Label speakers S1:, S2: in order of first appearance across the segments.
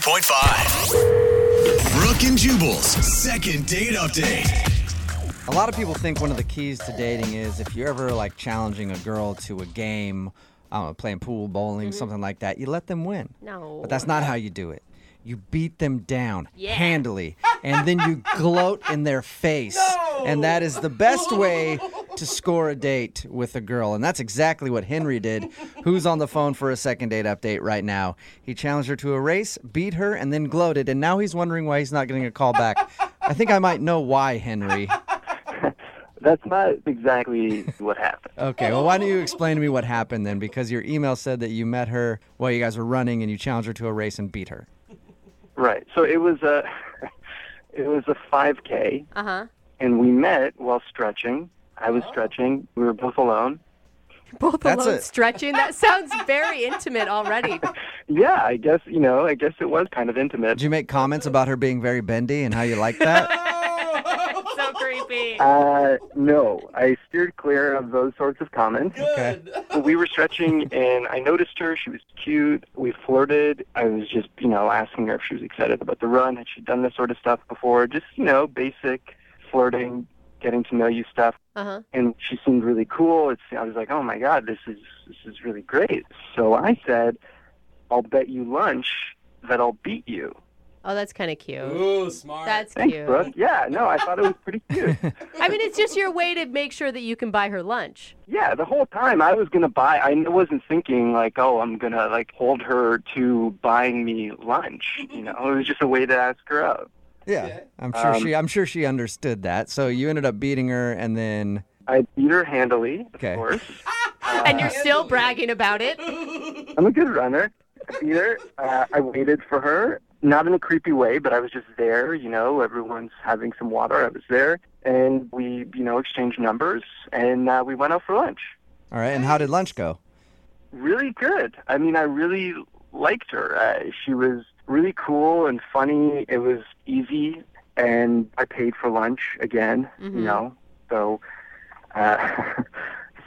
S1: 92.5. Brooke and Jubal's second date update.
S2: A lot of people think one of the keys to dating is if you're ever like challenging a girl to a game, I don't know, playing pool, bowling, something like that, you let them win.
S3: Mm-hmm. No.
S2: But that's not how you do it. You beat them down
S3: Yeah.
S2: handily, and then you gloat in their face. And that is the best way to score a date with a girl. And that's exactly what Henry did, who's on the phone for a second date update right now. He challenged her to a race, beat her, and then gloated. And now he's wondering why he's not getting a call back. I think I might know why, Henry.
S4: That's not exactly what happened.
S2: Okay, well, why don't you explain to me what happened then? Because your email said that you met her while you guys were running and you challenged her to a race and beat her.
S4: Right. So it was a it was a 5K,
S3: Uh huh.
S4: and we met while stretching. I was stretching. We were both alone.
S3: Both
S2: That's
S3: alone
S2: it.
S3: stretching. That sounds very intimate already.
S4: Yeah, I guess you know. I guess it was kind of
S2: Did
S4: intimate.
S2: you make comments about her being very bendy and how you like that?
S3: so creepy.
S4: Uh, no, I steered clear of those sorts of comments.
S2: Okay.
S4: We were stretching, and I noticed her. She was cute. We flirted. I was just, you know, asking her if she was excited about the run. Had she done this sort of stuff before? Just, you know, basic flirting, getting to know you stuff.
S3: Uh huh.
S4: and she seemed really cool. It's, I was like, oh my god, this is this is really great. So I said, I'll bet you lunch that I'll beat you.
S3: Oh, that's kind of cute.
S5: Ooh, smart.
S3: That's
S4: Thanks,
S3: cute.
S4: Brooke. Yeah, no, I thought it was pretty cute.
S3: I mean, it's just your way to make sure that you can buy her lunch.
S4: yeah, the whole time I was gonna buy. I wasn't thinking like, oh, I'm gonna like hold her to buying me lunch. You know, it was just a way to ask her out.
S2: Yeah. I'm sure
S4: Um,
S2: she I'm sure she understood that. So you ended up beating her and then
S4: I beat her handily, of
S2: Okay.
S4: course.
S3: and you're still bragging about it.
S4: I'm a good runner. I beat her. Uh, I waited for her, not in a creepy way, but I was just there. You know, everyone's having some water. I was there, and we, you know, exchanged numbers, and uh, we went out for lunch.
S2: all right, and how did lunch go?
S4: Really good. I mean, I really liked her. Uh, she was really cool and funny. It was easy, and I paid for lunch again.
S3: Mhm.
S4: You know, so. Uh,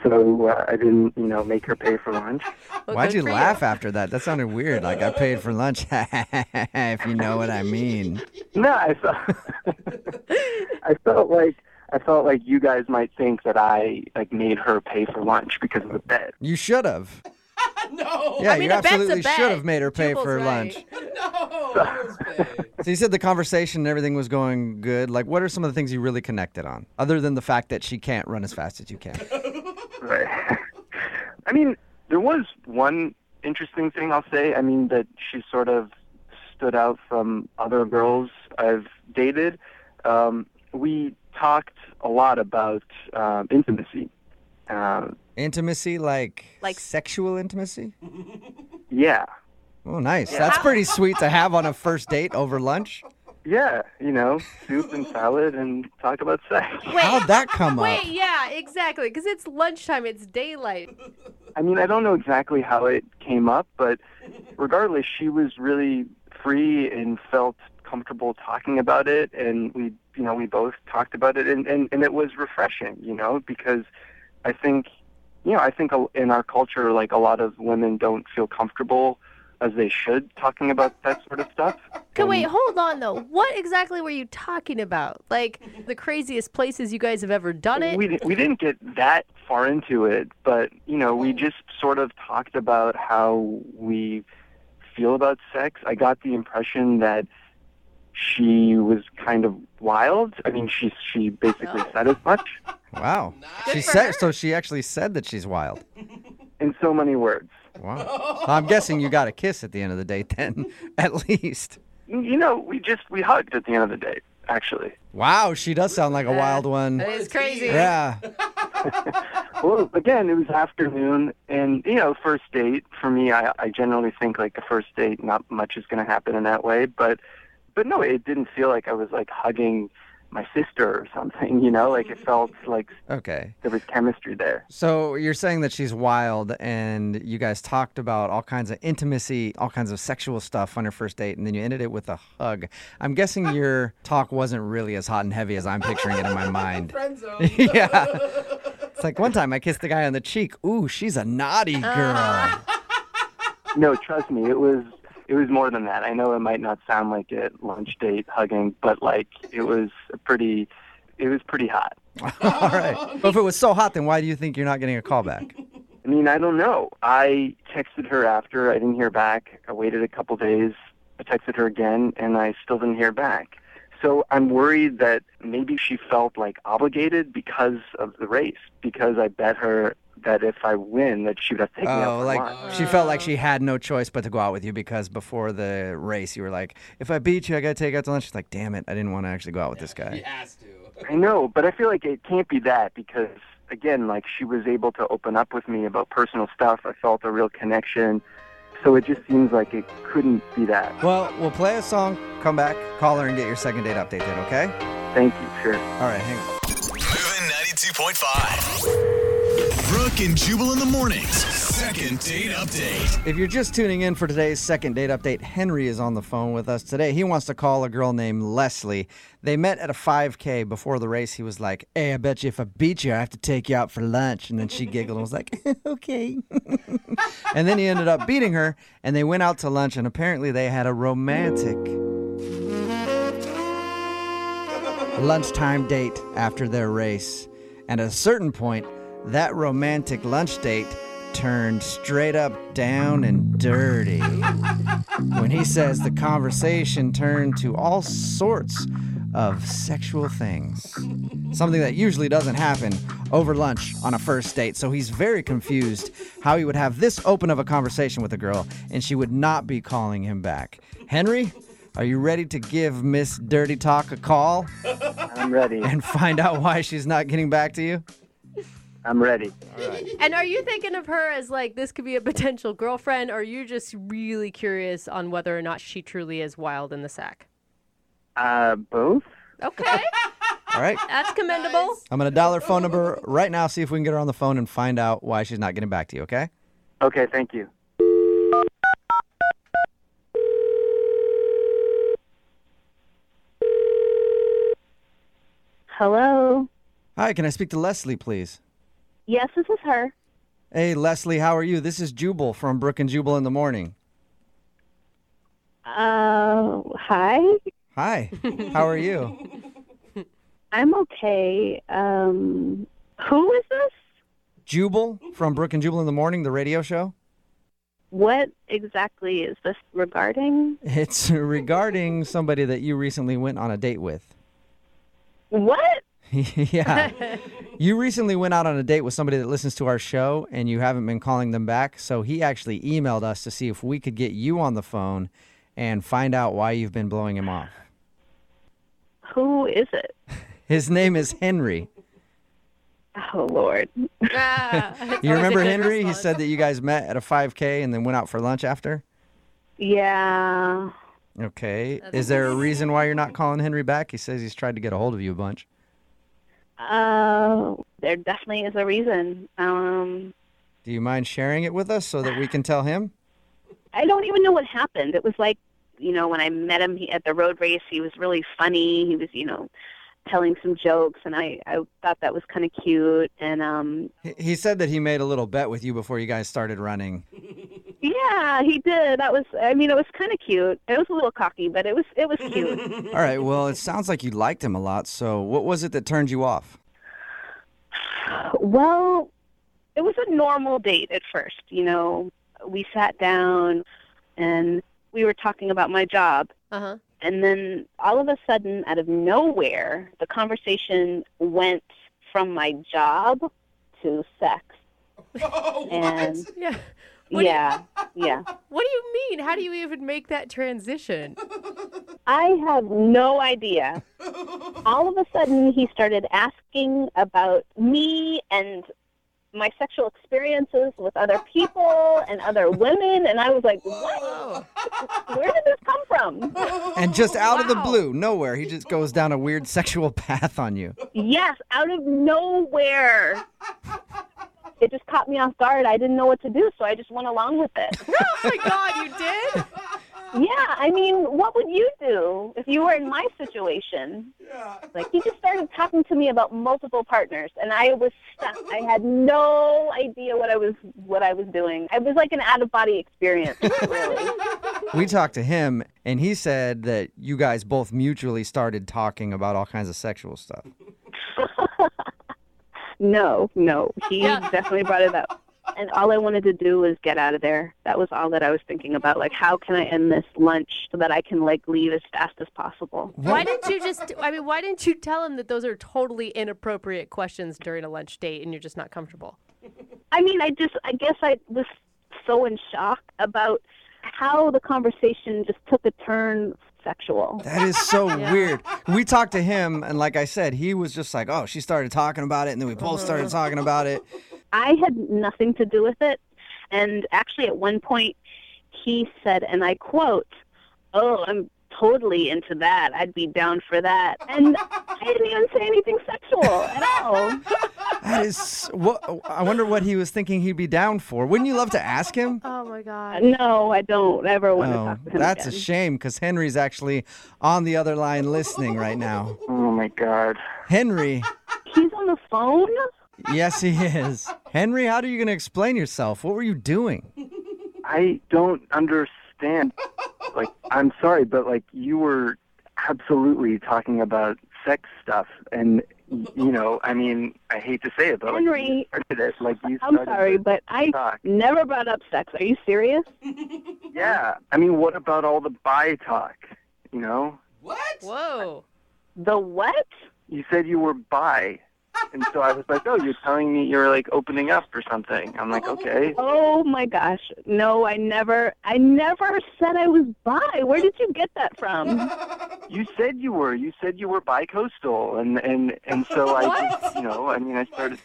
S4: So uh, I didn't, you know, make her pay for lunch.
S3: Well,
S2: Why'd
S3: good
S2: you
S3: for
S2: laugh after that? That sounded weird. Like I paid for lunch if you know what I mean.
S4: No, I felt, I felt like I felt like you guys might think that I like made her pay for lunch because of the bet.
S2: You should have.
S5: no.
S2: Yeah,
S3: I mean,
S2: you
S3: a bet's a
S2: absolutely
S3: bet.
S2: should have made her pay
S3: Jubal's
S2: for her
S3: right.
S2: lunch.
S5: No. that was bad.
S2: So you said the conversation and everything was going good. Like, what are some of the things you really connected on, other than the fact that she can't run as fast as you can?
S4: Right. I mean, there was one interesting thing I'll say. I mean that she sort of stood out from other girls I've dated. Um, we talked a lot about um, intimacy. Um,
S2: Intimacy, like
S3: Like-
S2: sexual intimacy.
S4: yeah,
S2: Oh, nice. That's pretty sweet to have on a first date over lunch.
S4: yeah. You know, soup and salad, and talk about sex.
S3: Wait.
S2: How'd that come up?
S3: Wait, yeah, exactly. Because it's lunchtime, it's daylight.
S4: I mean, I don't know exactly how it came up, but regardless, she was really free and felt comfortable talking about it, and we, you know, we both talked about it, and and, and it was refreshing, you know, because I think, you know, I think a- in our culture, like a lot of women don't feel comfortable as they should talking about that sort of stuff.
S3: Okay,
S4: And-
S3: wait, hold on though. What exactly were you talking about? Like the craziest places you guys have ever done it?
S4: We, di- we didn't get that far into it, but you know, we just sort of talked about how we feel about sex. I got the impression that she was kind of wild. I mean, she she basically
S3: Oh.
S4: said as much
S2: Wow.
S5: Nice.
S2: She
S3: Good for
S2: said
S3: her.
S2: so. She actually said that she's wild.
S4: in so many words.
S2: Wow. I'm guessing you got a kiss at the end of the date then, at least.
S4: You know, we just we hugged at the end of the day. Actually,
S2: Wow, she does sound like a wild one.
S3: That is crazy.
S2: Yeah.
S4: well, again, it was afternoon, and you know, first date for me. I, I generally think like the first date, not much is going to happen in that way, but but no, it didn't feel like I was like hugging my sister or something. You know, like it felt like
S2: Okay.
S4: there was chemistry there.
S2: So you're saying that she's wild, and you guys talked about all kinds of intimacy, all kinds of sexual stuff on your first date, and then you ended it with a hug. I'm guessing your talk wasn't really as hot and heavy as I'm picturing it in my mind.
S5: Friend zone.
S2: yeah. It's like one time I kissed the guy on the cheek. Ooh, she's a naughty girl.
S4: No, trust me, it was it was more than that. I know it might not sound like it, lunch date hugging, but like it was a pretty, it was pretty hot.
S2: All right. Well, if it was so hot, then why do you think you're not getting a call back?
S4: I mean, I don't know. I texted her after. I didn't hear back. I waited a couple days. I texted her again, and I still didn't hear back. So I'm worried that maybe she felt like obligated because of the race, because I bet her that if I win, that she would have to take me out
S2: Oh,
S4: for
S2: like
S4: lunch.
S2: she felt like she had no choice but to go out with you because before the race, you were like, if I beat you, I got to take out to lunch. She's like, damn it, I didn't want to actually go out with this
S5: He
S2: guy.
S5: has to.
S4: I know, but I feel like it can't be that because again, like she was able to open up with me about personal stuff. I felt a real connection. So it just seems like it couldn't be that.
S2: Well, we'll play a song, come back, call her, and get your second date update then, okay?
S4: Thank you, sure.
S2: All right, hang on.
S1: Moving 92.5. Brooke and Jubal in the mornings. Second date update.
S2: If you're just tuning in for today's second date update, Henry is on the phone with us today. He wants to call a girl named Leslie. They met at a 5K before the race. He was like, Hey, I bet you if I beat you, I have to take you out for lunch. And then she giggled and was like, Okay. and then he ended up beating her, and they went out to lunch, and apparently they had a romantic lunchtime date after their race. And at a certain point, that romantic lunch date turned straight up down and dirty. when he says the conversation turned to all sorts of sexual things. Something that usually doesn't happen over lunch on a first date. So he's very confused how he would have this open of a conversation with a girl and she would not be calling him back. Henry, are you ready to give Miss Dirty Talk a call?
S4: I'm ready.
S2: and find out why she's not getting back to you?
S4: I'm ready.
S3: And are you thinking of her as like this could be a potential girlfriend, or you are just really curious on whether or not she truly is wild in the sack?
S4: Uh, both?
S3: Okay,
S2: All right.
S3: that's commendable.
S2: I'm going to dial her phone number right now, see if we can get her on the phone and find out why she's not getting back to you, okay?
S4: Okay, thank you.
S6: Hello.
S2: Hi, can I speak to Leslie, please?
S6: Yes, this is her.
S2: Hey, Leslie, how are you? This is Jubal from Brook and Jubal in the Morning.
S6: Uh, hi.
S2: Hi, how are you?
S6: I'm okay. Um, who is this?
S2: Jubal from Brook and Jubal in the Morning, the radio show?
S6: What exactly is this regarding?
S2: It's regarding somebody that you recently went on a date with.
S6: What?
S2: yeah. You recently went out on a date with somebody that listens to our show and you haven't been calling them back. So he actually emailed us to see if we could get you on the phone and find out why you've been blowing him off.
S6: Who is it?
S2: His name is Henry.
S6: Oh Lord.
S3: Ah,
S2: You remember Henry? He said that you guys met at a 5K and then went out for lunch after?
S6: Yeah.
S2: Okay. Is there a reason why you're not calling Henry back? He says he's tried to get a hold of you a bunch.
S6: Uh, there definitely is a reason. Um,
S2: Do you mind sharing it with us so that we can tell him?
S6: I don't even know what happened. It was like, you know, when I met him he, at the road race, he was really funny. He was, you know, telling some jokes, and I I thought that was kind of cute. And um,
S2: He- He said that he made a little bet with you before you guys started running.
S6: Yeah, he did. That was I mean, it was kind of cute. It was a little cocky, but it was it was cute.
S2: All right. Well, it sounds like you liked him a lot. So, what was it that turned you off?
S6: well, it was a normal date at first, you know. We sat down and we were talking about my job
S3: Uh huh.
S6: and then all of a sudden out of nowhere, the conversation went from my job to sex.
S5: Oh, what?
S6: And
S3: Yeah. What do you-
S6: yeah. yeah.
S3: What do you mean? How do you even make that transition?
S6: I have no idea. All of a sudden, he started asking about me and my sexual experiences with other people and other women, and I was like, "What? Where did this come from?"
S2: And just out of the
S3: Wow.
S2: blue, nowhere, he just goes down a weird sexual path on you.
S6: yes, out of nowhere. It just caught me off guard. I didn't know what to do, so I just went along with it.
S3: Oh my God, you did?
S6: Yeah, I mean, what would you do if you were in my situation?
S5: Yeah.
S6: Like, he just started talking to me about multiple partners, and I was stuck. I had no idea what I was what I was doing. It was like an out of body experience. Really.
S2: We talked to him, and he said that you guys both mutually started talking about all kinds of sexual stuff.
S6: No, no. He
S3: Yeah.
S6: definitely brought it up. And all I wanted to do was get out of there. That was all that I was thinking about. Like, how can I end this lunch so that I can like leave as fast as possible?
S3: Why didn't you just? I mean, why didn't you tell him that those are totally inappropriate questions during a lunch date, and you're just not comfortable?
S6: I mean, I just, I guess I was so in shock about how the conversation just took a turn sexual.
S2: That is so
S3: Yeah.
S2: weird. We talked to him, and like I said, he was just like, oh, she started talking about it, and then we both started talking about it.
S6: I had nothing to do with it. And actually, at one point, he said, and I quote, Oh, I'm totally into that. I'd be down for that. And I didn't even say anything sexual at all.
S2: That is what I wonder what he was thinking he'd be down for. Wouldn't you love to ask him?
S3: Oh my god.
S6: Uh, No, I don't ever want to
S2: Oh,
S6: talk to him.
S2: that's a
S6: again.
S2: shame because Henry's actually on the other line listening right now.
S4: Oh my God.
S2: Henry,
S6: He's on the phone?
S2: yes, he is. Henry, how are you going to explain yourself? What were you doing?
S4: I don't understand. Like, I'm sorry, but like, you were absolutely talking about sex stuff, and y- you know, I mean, I hate to say it, but like, you
S6: Henry,
S4: started it. Like, you
S6: I'm
S4: started
S6: sorry,
S4: this
S6: but I
S4: talk.
S6: never brought up sex. Are you serious?
S4: Yeah, I mean, what about all the bi talk? You know,
S5: What?
S3: Whoa.
S6: The what?
S4: you said you were bi, and so I was like, oh, you're telling me you're like opening up or something. I'm like, okay.
S6: Oh my gosh. No, I never I never said I was bi. Where did you get that from?
S4: You said you were. You said you were bi-coastal, and and and so I, just, you know, I mean, I started.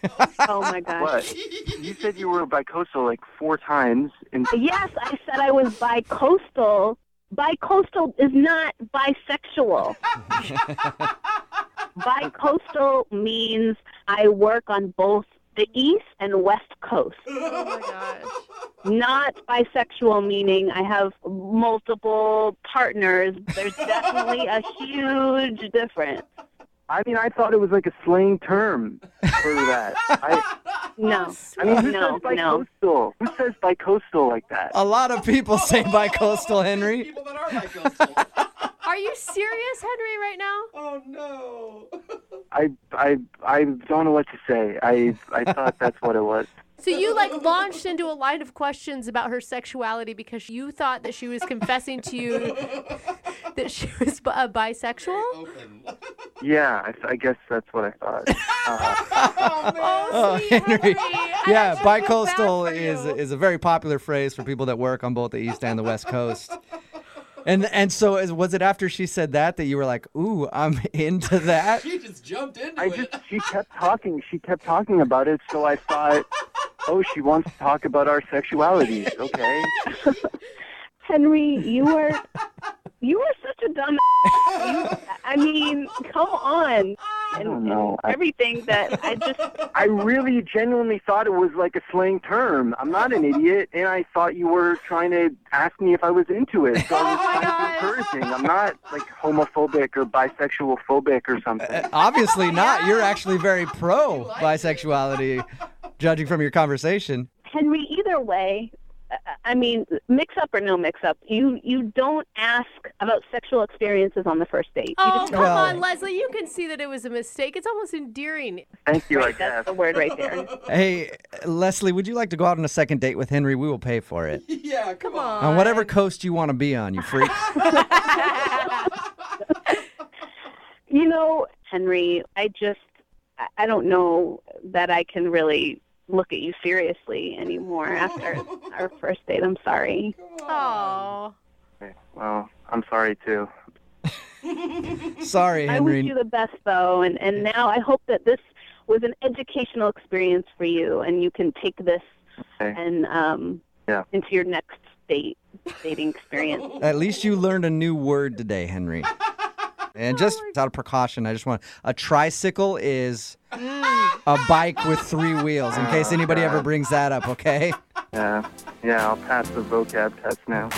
S6: Oh my gosh.
S4: What? You said you were bi-coastal like four times, and
S6: Yes, I said I was bi-coastal. Bi-coastal is not bisexual. bi-coastal means I work on both the east and west coast.
S3: Oh my gosh.
S6: Not bisexual meaning I have multiple partners. There's definitely a huge difference.
S4: I mean, I thought it was like a slang term for that. I,
S6: No.
S4: I mean, who
S6: No,
S4: says
S6: no.
S4: bi-coastal? Who says bi-coastal like that?
S2: A lot of people say bi-coastal, Henry.
S5: Oh, People that are bicoastal.
S3: Are you serious, Henry, right now?
S5: oh no.
S4: I I I don't know what to say. I I thought that's what it was.
S3: So you like launched into a line of questions about her sexuality because you thought that she was confessing to you that she was bi- a bisexual?
S5: Open. Oh,
S4: Yeah, I, I guess that's what I thought. Uh,
S5: Oh man.
S2: Oh, Henry.
S3: I
S2: Yeah,
S3: actually feel
S2: bicoastal
S3: bad for
S2: is
S3: you.
S2: is a very popular phrase for people that work on both the east and the west coast. And and so is, was it after she said that that you were like, "Ooh, I'm into that."
S5: She just jumped into
S4: I
S5: it.
S4: just she kept talking. She kept talking about it, so I thought, oh, she wants to talk about our sexualities. Okay.
S6: Henry, you are you are such a dumb. you, I mean, come on. And,
S4: don't know.
S6: and everything that I just
S4: I really genuinely thought it was like a slang term. I'm not an idiot, and I thought you were trying to ask me if I was into it. So I was
S3: my
S4: kind
S3: gosh.
S4: of encouraging. I'm not like homophobic or bisexual phobic or
S6: Uh,
S4: something.
S2: Obviously not. You're actually very pro bisexuality judging from your conversation.
S6: Henry. Either way, I- I mean, mix up or no mix up, you you don't ask about sexual experiences on the first date. You
S3: Oh,
S6: just
S3: come
S2: Well-
S3: on, Leslie. You can see that it was a mistake. It's almost endearing.
S4: Thank you, I
S6: right,
S4: guess.
S6: uh, that's the word right there.
S2: Hey, Leslie, would you like to go out on a second date with Henry? We will pay for it.
S5: yeah, come on.
S2: On whatever coast you want to be on, you freak.
S6: You know, Henry, I just I- I don't know that I can really look at you seriously anymore after our first date. I'm sorry.
S3: Oh.
S4: Okay, Well, I'm sorry too.
S2: Sorry,
S6: I wish
S2: Henry.
S6: you the best, though, and and now I hope that this was an educational experience for you, and you can take this
S4: Okay.
S6: and um,
S4: Yeah.
S6: into your next date dating experience.
S2: At least you learned a new word today, Henry. And just out of precaution, I just want a tricycle is
S6: Mm.
S2: a bike with three wheels, in case anybody ever brings that up, okay?
S4: Yeah, yeah. I'll pass the vocab test now.